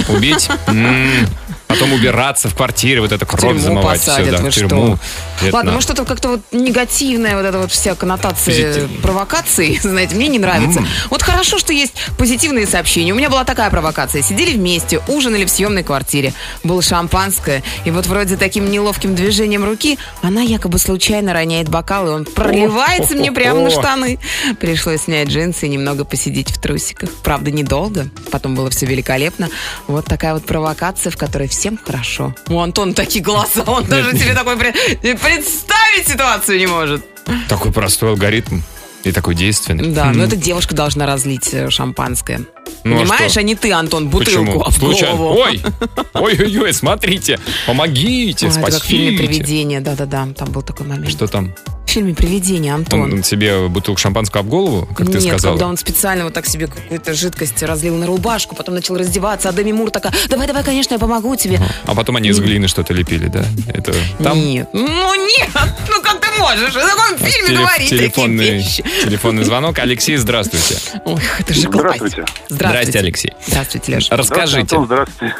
C: Убить! Убить? М. Потом убираться в квартире, вот это кровь
D: тюрьму
C: замывать. всё,
D: посадят,
C: да,
D: вы
C: в тюрьму.
D: что?
C: Это
D: Ладно,
C: надо.
D: может, это как-то вот негативная вот эта вот вся коннотация
C: Позитивная.
D: провокации, знаете, мне не нравится. Вот хорошо, что есть позитивные сообщения. У меня была такая провокация. Сидели вместе, ужинали в съемной квартире. Было шампанское, и вот вроде таким неловким движением руки она якобы случайно роняет бокал, и он проливается мне прямо на штаны. Пришлось снять джинсы и немного посидеть в трусиках. Правда, недолго. Потом было все великолепно. Вот такая вот провокация, в которой всем хорошо. У Антона такие глаза, он даже себе такой пре- представить ситуацию не может.
C: Такой простой алгоритм и такой действенный.
D: Да, ну, но эта девушка должна разлить э, шампанское.
C: Хм. Ну, а
D: Понимаешь,
C: что?
D: а, не ты, Antón, бутылку,
C: Почему?
D: а в
C: Случайно.
D: голову.
C: Ой! Ой-ой-ой, смотрите! Помогите,
D: А, это как в фильме
C: спасите!
D: «Привидение», да-да-да, там был такой момент.
C: Что там?
D: В фильме «Привидение», Антон.
C: Он тебе бутылку шампанского об голову, как
D: Нет,
C: ты сказала?
D: когда он специально вот так себе какую-то жидкость разлил на рубашку, потом начал раздеваться, а Деми Мур такая, давай-давай, конечно, я помогу тебе.
C: А потом они из глины что-то лепили, да? Это там
D: Нет. Ну нет, ну как ты можешь? В таком фильме
C: теле-
D: говорить такие
C: телефонный,
D: вещи.
C: телефонный звонок. Алексей, здравствуйте.
D: Ой, это же класс.
H: Здравствуйте.
C: Здрасте, Алексей.
D: Здравствуйте, Леша.
C: Расскажите.
H: Антон, здравствуйте.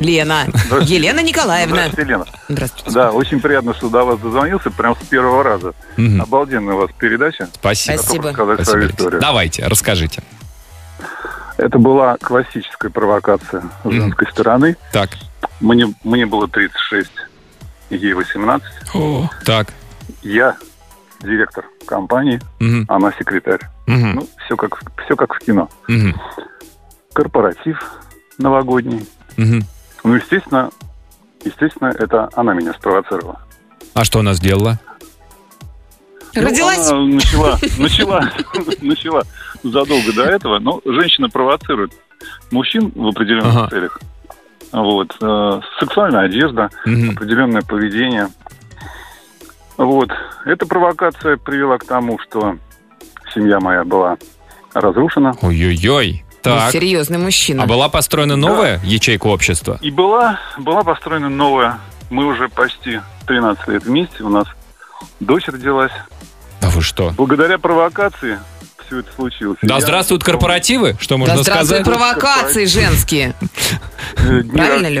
D: Лена. Елена Николаевна.
H: Здравствуйте, Елена.
D: Здравствуйте.
H: Да, очень приятно, что до вас дозвонился прям с первого раза.
C: Мгм.
H: Обалденная у вас передача.
C: Спасибо.
D: Спасибо.
H: Готов рассказать
C: Спасибо,
H: свою
C: Алексей.
H: историю.
C: Давайте, расскажите.
H: Это была классическая провокация с женской стороны.
C: Так.
H: Мне, мне было 36, ей 18.
C: Так.
H: Я директор компании,
C: Мгм.
H: она секретарь.
C: Мгм.
H: Ну, все как, все как в кино.
C: Мгм.
H: Корпоратив новогодний.
C: Мгм.
H: Ну, естественно, естественно, это она меня спровоцировала.
C: А что она сделала?
D: Родилась?
H: Ну, она начала, начала, начала задолго до этого. Но женщина провоцирует мужчин в определенных
C: Ага.
H: целях. Вот. э, Сексуальная одежда,
C: Мгм.
H: определенное поведение. Вот. Эта провокация привела к тому, что семья моя была разрушена.
C: Ой-ой-ой.
D: Ну,
C: Так.
D: Серьезный мужчина.
C: А была построена новая ячейка общества?
H: И была, была построена новая. Мы уже почти 13 лет вместе. У нас дочь родилась.
D: А
C: Да вы что?
H: Благодаря провокации все это случилось.
C: Да
H: Я-
C: здравствуют корпоративы, что
D: Да
C: можно сказать?
D: здравствуют провокации женские.
H: Э, дни
D: Правильно,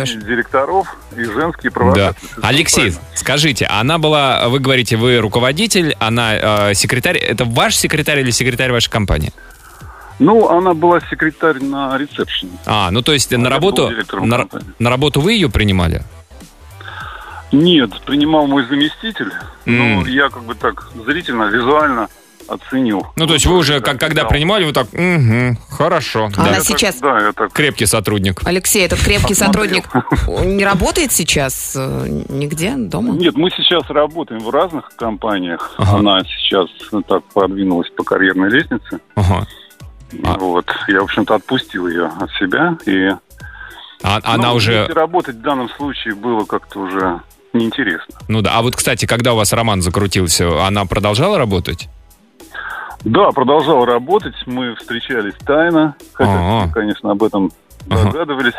H: рождения
D: Лёш?
H: Директоров и
C: Да.
H: женские провокации. Совершенно
C: Алексей,
H: правильно.
C: скажите, она была, вы говорите, вы руководитель, она э, секретарь. Это ваш секретарь или секретарь вашей компании?
H: Ну, она была секретарь на ресепшене.
C: А, ну то есть
H: Она
C: на работу,
H: была директором
C: на,
H: компании.
C: на работу вы ее принимали?
H: Нет, принимал мой заместитель.
C: М.
H: Ну, я как бы так зрительно, визуально оценил.
C: Ну то есть вы уже, как, когда
H: Да.
C: принимали, вы так, «Мгм, хорошо,
D: А
C: да.
D: она
H: Я так-
D: сейчас-
H: Да, я так...
C: Крепкий сотрудник.
D: Алексей, этот крепкий сотрудник э, не работает сейчас э, нигде дома?
H: Нет, мы сейчас работаем в разных компаниях.
C: Ага.
H: Она сейчас ну, так продвинулась по карьерной лестнице.
C: Ага. А.
H: Вот. Я, в общем-то, отпустил ее от себя. И
C: А- она
H: ну,
C: уже,
H: вместе работать в данном случае было как-то уже неинтересно.
C: ну да. А вот, кстати, когда у вас роман закрутился, она продолжала работать?
H: Да, продолжал работать. Мы встречались тайно. Хотя,
C: Ага.
H: все, конечно, об этом
C: Ага.
H: догадывались.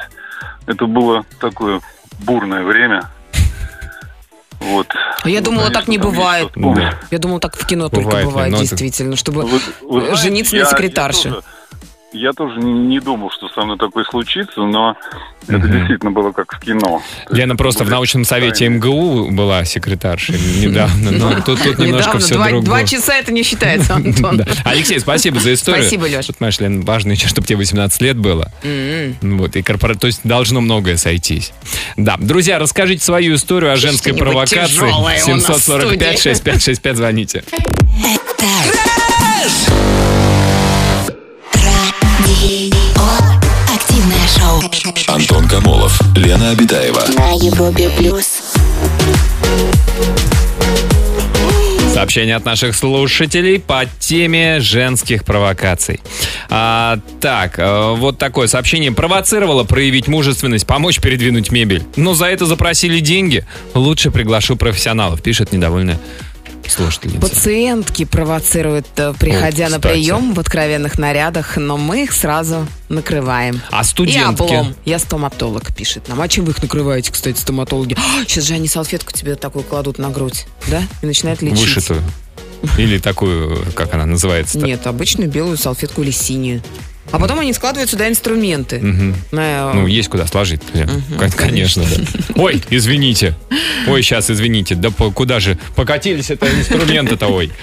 H: Это было такое бурное время. Вот.
D: А я
H: Ну,
D: думала,
H: конечно,
D: так не
H: там есть
D: бывает.
H: что вспомнить.
D: Я думал, так в кино только
C: Бывает ли?
D: бывает,
C: Но это-
D: действительно, чтобы...
H: Вы- вы
D: Жениться на
H: я- я
D: секретарше.
H: тоже- Я, я тоже не думал, что со мной такое случится, но это
C: Мгм.
H: действительно было как в кино. То есть
C: Лена просто в
H: были
C: научном совете
H: тайны.
C: МГУ была секретаршей недавно, но тут, тут немножко
D: Недавно,
C: все
D: два,
C: другое.
D: два часа это не считается, Антон.
C: Да. Алексей, спасибо за историю.
D: Спасибо, Лёш.
C: Тут, понимаешь, Лен, важно еще, чтобы тебе 18 лет было.
D: М-м.
C: Ну Вот, и корпора... То есть должно многое сойтись. Да, друзья, расскажите свою историю о женской
D: Что-нибудь
C: провокации.
D: тяжелое у нас в
C: 745-6565, звоните.
A: Радио. Активное шоу.
B: Антон Камолов, Лена Обитаева.
A: На Европе плюс.
C: Сообщение от наших слушателей по теме женских провокаций. А, так, э, вот такое сообщение. Провоцировало проявить мужественность, помочь передвинуть мебель. Но за это запросили деньги. Лучше приглашу профессионалов, пишет недовольная слушательница.
D: Пациентки провоцируют, э, приходя
C: Вот,
D: на
C: кстати.
D: прием в откровенных нарядах, но мы их сразу накрываем.
C: А
D: И
C: студентки?
D: облом. Я стоматолог, пишет нам. А чем вы их накрываете, кстати, стоматологи? «А, сейчас же они салфетку тебе такую кладут на грудь, да? И начинают лечить.
C: Вышитую. Или такую, как она называется?
D: Нет, обычную белую салфетку или синюю. А потом они складывают сюда инструменты. На, э,
C: Ну, есть куда сложить, Лен. Кон- конечно, да. Ой, извините. Ой, сейчас, извините. Да по- куда же? Покатились это инструменты-то, ой.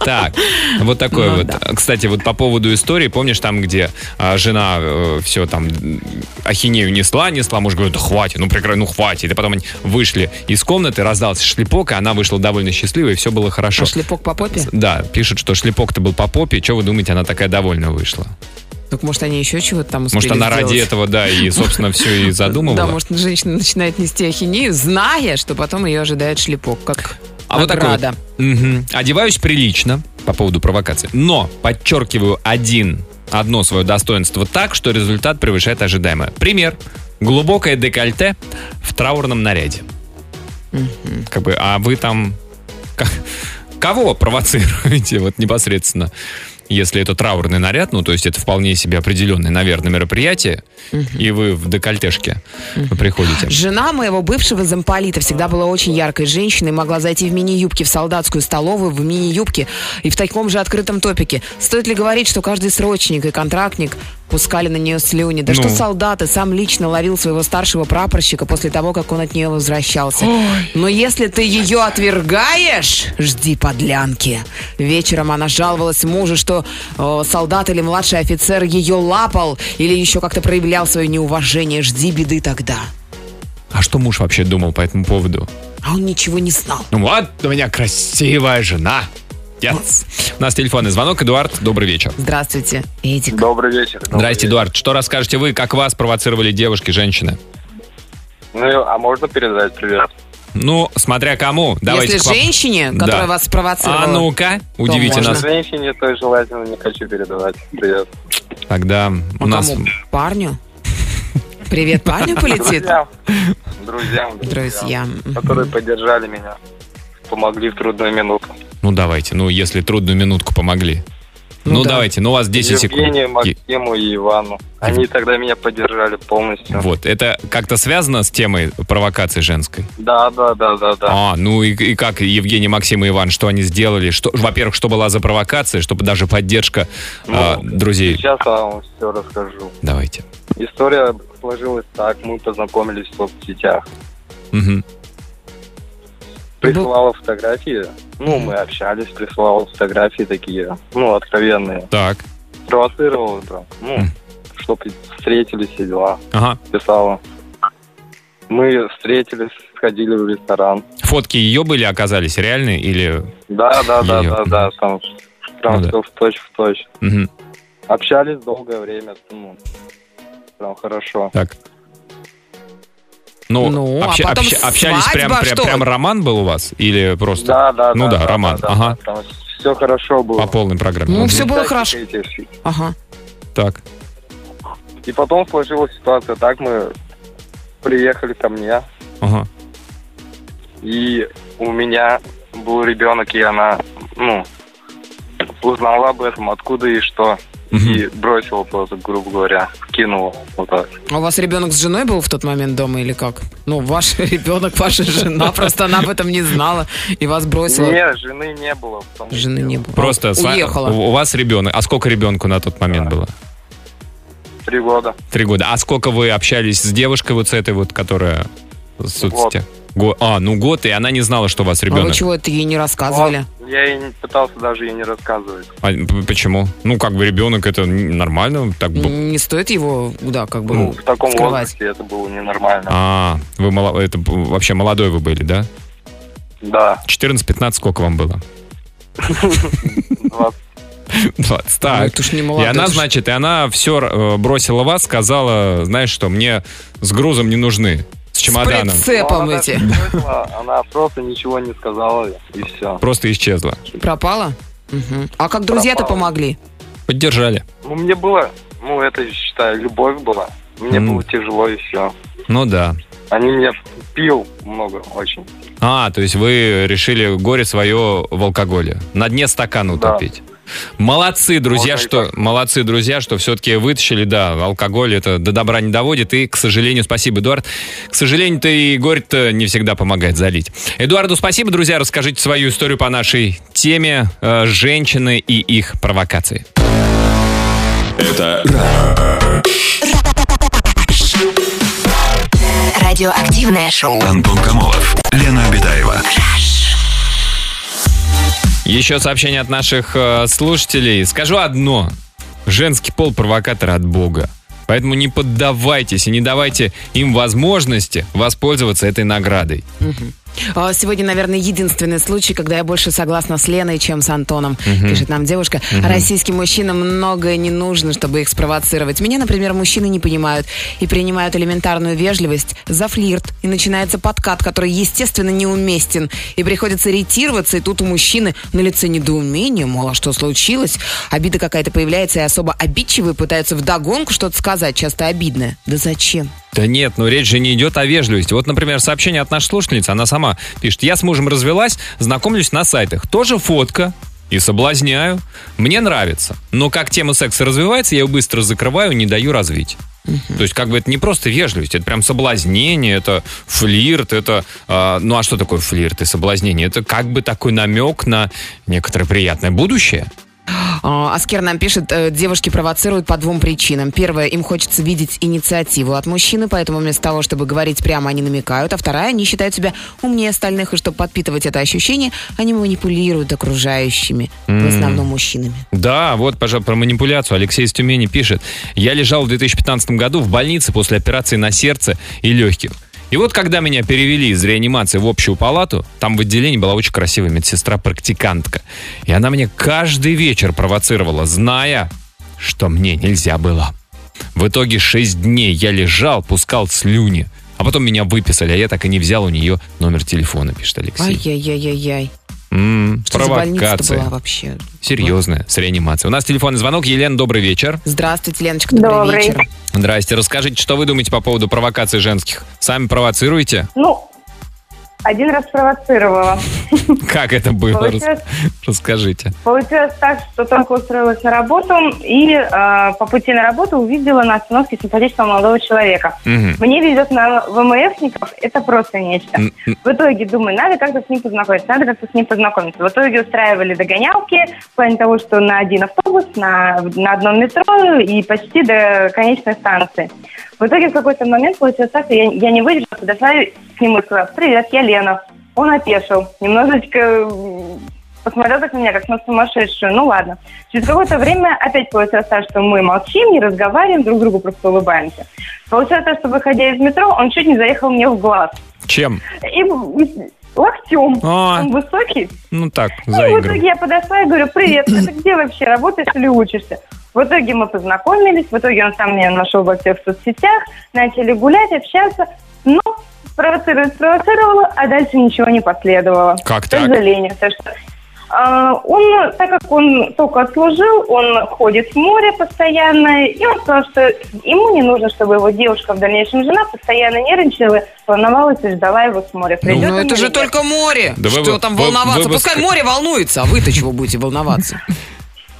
C: Так, вот такое
D: Ну
C: вот.
D: да.
C: Кстати, вот по поводу истории, помнишь там, где а, жена все там м, ахинею несла, несла, муж говорит, да хватит, ну прекрасно, ну хватит. И потом они вышли из комнаты, раздался шлепок, и она вышла довольно счастливой, и все было хорошо.
D: а шлепок по попе?
C: Да, пишет, что шлепок-то был по попе. Что вы думаете, она такая довольна вышла?
D: Так может они еще чего-то там успели
C: Может, она ради
D: сделать?
C: этого, да, и, собственно, все и задумывала.
D: Да, может, женщина начинает нести ахинею, зная, что потом ее ожидает шлепок, как
C: А вот такой
D: награда.
C: вот. Мгм. Одеваюсь прилично по поводу провокации, но подчеркиваю один, одно свое достоинство так, что результат превышает ожидаемое. Пример. Глубокое декольте в траурном наряде. Как бы, а вы там как- кого провоцируете вот непосредственно? Если это траурный наряд, ну, то есть это вполне себе определенное, наверное, мероприятие, и вы в декольтешке приходите.
D: Жена моего бывшего замполита всегда была очень яркой женщиной, могла зайти в мини-юбке в солдатскую столовую, в мини-юбке и в таком же открытом топике. Стоит ли говорить, что каждый срочник и контрактник пускали на нее слюни? Да
C: Ну.
D: что солдаты сам лично ловил своего старшего прапорщика после того, как он от нее возвращался. Но если ты ее отвергаешь, жди подлянки. Вечером она жаловалась мужу, что э, солдат или младший офицер ее лапал или еще как-то проявлял свое неуважение. Жди беды тогда.
C: А что муж вообще думал по этому поводу?
D: А он ничего не знал.
C: Ну вот, у меня красивая жена. Yes. У нас телефонный звонок. Эдуард, добрый вечер.
D: Здравствуйте, Эдик.
I: Добрый вечер.
C: Здрасте, Эдуард. Что расскажете вы, как вас провоцировали девушки, женщины?
I: Ну, а можно передать привет?
C: Ну, смотря кому. Давайте
D: Если
C: к вам-
D: женщине, которая
C: Да.
D: вас спровоцировала,
C: А ну-ка, удивите
D: можно.
C: нас.
I: Женщине то желательно не хочу передавать привет.
C: Тогда у
D: А
C: нас...
D: кому? парню. Привет, парню полетит.
I: Друзьям, друзьям,
D: Друзья.
I: которые поддержали меня, помогли в трудную минуту.
C: Ну, давайте. Ну, если трудную минутку помогли. Ну,
D: Ну да.
C: давайте. Ну, у вас 10
I: Евгению,
C: секунд. И-
I: Максиму и Ивану. Они тогда меня поддержали полностью.
C: Вот. Это как-то связано с темой провокации женской?
I: Да, да, да, да, да.
C: А, ну и, и как Евгений, Максим и Иван, что они сделали? Что, во-первых, что была за провокация, чтобы даже поддержка
I: Ну,
C: а, друзей.
I: Сейчас я вам все расскажу.
C: Давайте.
I: История сложилась так, мы познакомились в соцсетях.
C: Мгм. Ну,
I: Присылала фотографии, ну, мы общались, присылала фотографии такие, ну, откровенные.
C: Так.
I: Провоцировала прям, ну,
C: М.
I: чтоб встретились все дела,
C: Ага.
I: писала. Мы встретились, сходили в ресторан.
C: Фотки ее были оказались реальные или...
I: Да, да, да,
C: Её.
I: да, да, там прям
C: Ну да.
I: все в точь в точь.
C: Мгм.
I: Общались долгое время, ну, прям хорошо.
C: Так. Ну,
D: Ну, а
C: обща-
D: потом
C: обща- общались
D: свадьба,
C: прям, прям,
D: что?
C: прям роман был у вас? Или просто
I: Да, да,
C: Ну да,
I: да.
C: роман, ага.
I: все хорошо было.
C: по полной программе?
D: Ну,
C: Мгм.
D: всё было
I: Всякие
D: хорошо.
I: эти
D: Ага.
C: Так.
I: И потом сложилась ситуация так, мы приехали ко мне,
C: Ага.
I: и у меня был ребенок, и она, ну, узнала об этом, откуда и что, и бросила просто, грубо говоря, кинула вот так.
D: А у вас ребенок с женой был в тот момент дома или как? Ну, ваш ребенок, ваша жена, просто она об этом не знала и вас бросила.
I: Не, жены не было. потому что
D: Жены не было.
C: Просто с ва-
D: уехала.
C: а у у вас ребенок. А сколько ребенку на тот момент было?
I: Три года.
C: Три года. А сколько вы общались с девушкой вот с этой вот, которая в соцсетях? Год. А, ну год, и она не знала, что у вас
D: А вы
C: ребенок.
D: чего это ей не рассказывали?
I: Вот, Я и не пытался даже ей не рассказывать.
C: А п- почему? Ну, как бы ребенок, это н- нормально. Так бы.
D: Н- Не стоит его, да, как бы
I: Ну, в таком
D: скрывать.
I: возрасте это было ненормально.
C: А, вы мало- это б- вообще молодой вы были, да?
I: Да,
C: 14-15 сколько вам было?
I: 20.
C: 20.
D: Ну,
C: Так.
D: это уж не
C: И
D: молодой,
C: она,
D: это ж-
C: значит, и она все бросила вас, сказала, знаешь что, мне с грузом не нужны, с чемоданом.
D: С прицепом
I: Ну, она
D: эти.
I: даже не слышала, Она просто ничего не сказала, и все.
C: Просто исчезла.
D: Пропала? Мгм. А как друзья-то
I: Пропала.
D: помогли?
C: Поддержали.
I: Ну, мне было, ну, это, считаю, любовь была. Мне
C: М.
I: было тяжело, и все.
C: Ну да.
I: Они меня пил много очень.
C: А, то есть вы решили горе свое в алкоголе. На дне стакана
I: Да.
C: утопить. Молодцы, друзья,
I: Можно и
C: что молодцы, друзья, что все-таки вытащили, да, алкоголь это до добра не доводит. И, к сожалению, спасибо, Эдуард. К сожалению, то и горе-то не всегда помогает залить. Эдуарду спасибо, друзья. Расскажите свою историю по нашей теме э, женщины и их провокации.
B: Это
A: Радиоактивное шоу.
B: Антон Камолов, Лена Обитаева.
C: Еще сообщение от наших э, слушателей. Скажу одно. Женский пол провокатор от Бога. Поэтому не поддавайтесь и не давайте им возможности воспользоваться этой наградой.
D: А, Сегодня, наверное, единственный случай, когда я больше согласна с Леной, чем с Антоном, пишет нам девушка. Российским мужчинам многое не нужно, чтобы их спровоцировать. Меня, например, мужчины не понимают и принимают элементарную вежливость за флирт. И начинается подкат, который, естественно, неуместен. И приходится ретироваться, и тут у мужчины на лице недоумение, мол, а что случилось? Обида какая-то появляется, и особо обидчивые пытаются вдогонку что-то сказать, часто обидное. Да зачем?
C: Да нет, ну речь же не идет о вежливости. Вот, например, сообщение от нашей слушательницы, она сама пишет. Я с мужем развелась, знакомлюсь на сайтах. Тоже фотка и соблазняю. Мне нравится. Но как тема секса развивается, я ее быстро закрываю, не даю развить. То есть, как бы это не просто вежливость, это прям соблазнение, это флирт, это... а, ну, а что такое флирт и соблазнение? Это как бы такой намек на некоторое приятное будущее.
D: А, Аскер нам пишет, э, девушки провоцируют по двум причинам. Первое, им хочется видеть инициативу от мужчины, поэтому вместо того, чтобы говорить прямо, они намекают. А вторая, они считают себя умнее остальных, и чтобы подпитывать это ощущение, они манипулируют окружающими, в основном мужчинами.
C: Да, вот, пожалуй, про манипуляцию. Алексей из Тюмени пишет. Я лежал в 2015 году в больнице после операции на сердце и легких. И вот когда меня перевели из реанимации в общую палату, там в отделении была очень красивая медсестра-практикантка. И она меня каждый вечер провоцировала, зная, что мне нельзя было. В итоге 6 дней я лежал, пускал слюни. А потом меня выписали, а я так и не взял у нее номер телефона, пишет Алексей.
D: Ай-яй-яй-яй-яй.
C: М,
D: Что за больница была вообще?
C: Серьезная, с реанимацией. У нас телефонный звонок. Елена, добрый вечер.
D: Здравствуйте, Леночка, добрый,
F: Добрый.
D: вечер.
C: Здрасте. Расскажите, что вы думаете по поводу провокаций женских? Сами провоцируете?
F: Ну, один раз провоцировала.
C: Как это было? Рас-
F: Получилось,
C: Расскажите.
F: получилось так, что только устроилась на работу и э, по пути на работу увидела на остановке симпатичного молодого человека.
C: Мгм.
F: Мне везет на ВМФников, это просто нечто.
C: М, м,
F: В итоге думаю, надо как-то с ним познакомиться, надо как-то с ним познакомиться. В итоге устраивали догонялки в плане того, что на один автобус, на, на одном метро и почти до конечной станции. В итоге в какой-то момент получилось так, что я, я не выдержала, подошла к нему и сказала, привет, я Лена. Он опешил, немножечко м, посмотрел так на меня, как на сумасшедшую. Ну ладно. Через какое-то время опять получилось так, что мы молчим, не разговариваем, друг другу просто улыбаемся. Получилось так, что выходя из метро, он чуть не заехал мне в глаз
C: Чем?
F: и и локтем.
C: А,
F: Он высокий.
C: ну так,
F: Ну,
C: за
F: и в итоге я подошла и говорю, привет, а ты где вообще работаешь или учишься? В итоге мы познакомились, в итоге он сам меня нашел во всех соцсетях, начали гулять, общаться, но провоцировать спровоцировала, а дальше ничего не последовало.
C: Как
F: К
C: так?
F: сожалению, потому что а, он, так как он только отслужил, он ходит в море постоянно, и он сказал, что ему не нужно, чтобы его девушка в дальнейшем жена постоянно нервничала, волновалась и ждала его с моря. Придет он
D: Ну, это
F: или
D: же
F: нет.
D: только море.
C: Да вы
D: что
C: бы-
D: там
C: вы-
D: волноваться?
C: вы бы
D: Пускай
C: ск-
D: море волнуется, а вы-то чего будете волноваться?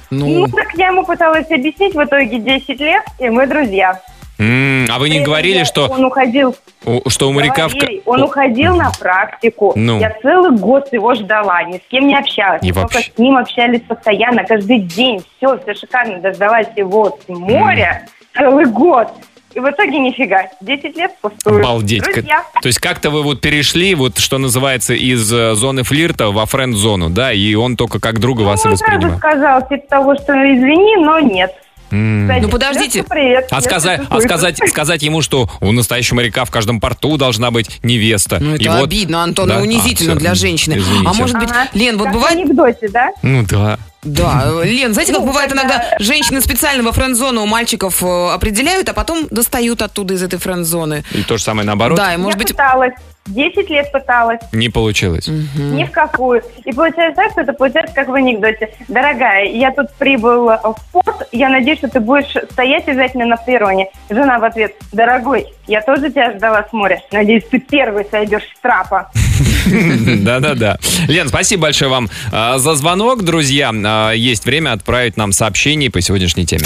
F: Ну,
D: Ну,
F: так я ему пыталась объяснить, в итоге 10 лет, и мы друзья.
C: М, А вы не
F: При этом
C: говорили,
F: я-
C: что
F: Он уходил,
C: у- что у моряка... в ка-
F: говорили, он уходил на практику.
C: Ну.
F: Я целый год его ждала, ни с кем не общалась.
C: И
F: Только
C: вообще.
F: с ним общались постоянно, каждый день. Все, все шикарно. Дождалась его с моря, целый год. И в итоге нифига. 10 лет пустую.
C: Обалдеть. К-
F: Друзья,
C: То есть как-то вы вот перешли, вот что называется, из э, зоны флирта во френд-зону, да, и он только как друга вас и
F: ну, он сразу
C: воспринимал.
F: сказал, типа того, что извини, но нет.
C: М.
F: Кстати,
D: Ну, подождите.
F: Лёша, привет.
C: А
F: Если
C: сказать,
F: ты
C: а
F: слышишь.
C: сказать, сказать ему, что у настоящего моряка в каждом порту должна быть невеста.
D: Ну, это
C: И вот-
D: обидно, Антон,
C: Да?
D: и
C: А,
D: унизительно
C: всё,
D: для женщины.
C: извините.
D: А может быть,
F: Ага.
D: Лен, вот
F: Как
D: бывает...
F: в анекдоте, да?
C: Ну да.
D: Да, Лен, знаете, как
F: Ну,
D: бывает
F: когда-
D: иногда, женщины специально во френд-зону у мальчиков э, определяют, а потом достают оттуда из этой френд-зоны.
C: И то же самое наоборот.
D: Да, и может
F: Я
D: быть...
F: пыталась. 10 лет пыталась,
C: Не получилось.
D: Мгм.
F: ни в какую. И получается так, что это получается как в анекдоте. Дорогая, я тут прибыл в порт, я надеюсь, что ты будешь стоять обязательно на перроне. Жена в ответ, дорогой, я тоже тебя ждала с моря. Надеюсь, ты первый сойдешь с трапа.
C: Да-да-да. Лен, спасибо большое вам а, за звонок, друзья. А, Есть время отправить нам сообщение по сегодняшней теме.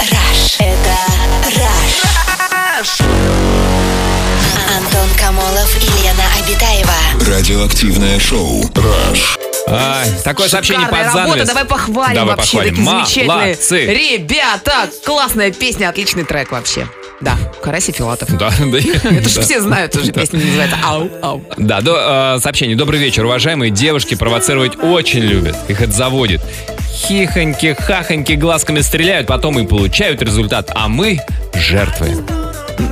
A: Rush. Это Rush. Антон Камолов и Лена Обитаева.
B: Радиоактивное шоу. Rush.
C: А, Такое сообщение под
D: Шикарная
C: занавес.
D: работа, давай похвалим
C: Давай
D: вообще,
C: похвалим.
D: такие замечательные.
C: Молодцы.
D: Ребята, классная песня, отличный трек вообще. Да, Карась и Филатов.
C: Да, да.
D: Это же все знают, уже песня называется «А «Ау, ау».
C: Да, до, э, сообщение. Добрый вечер, уважаемые девушки. Провоцировать очень любят. Их это заводит. Хихоньки, хахоньки, глазками стреляют, потом и получают результат. А мы жертвы.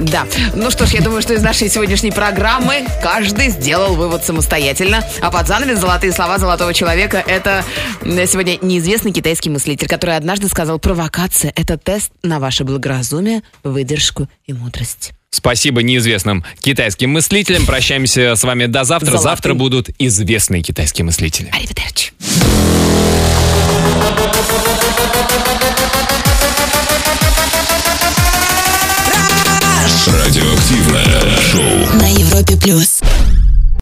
D: Да. Ну что ж, я думаю, что из нашей сегодняшней программы каждый сделал вывод самостоятельно. А под занавес «Золотые слова золотого человека» — это м, сегодня неизвестный китайский мыслитель, который однажды сказал «Провокация — это тест на ваше благоразумие, выдержку и мудрость».
C: Спасибо неизвестным китайским мыслителям. Прощаемся с вами до завтра.
D: Золотым.
C: Завтра будут известные китайские мыслители.
D: Аривидерчи.
B: Радиоактивное шоу.
A: На Европе плюс.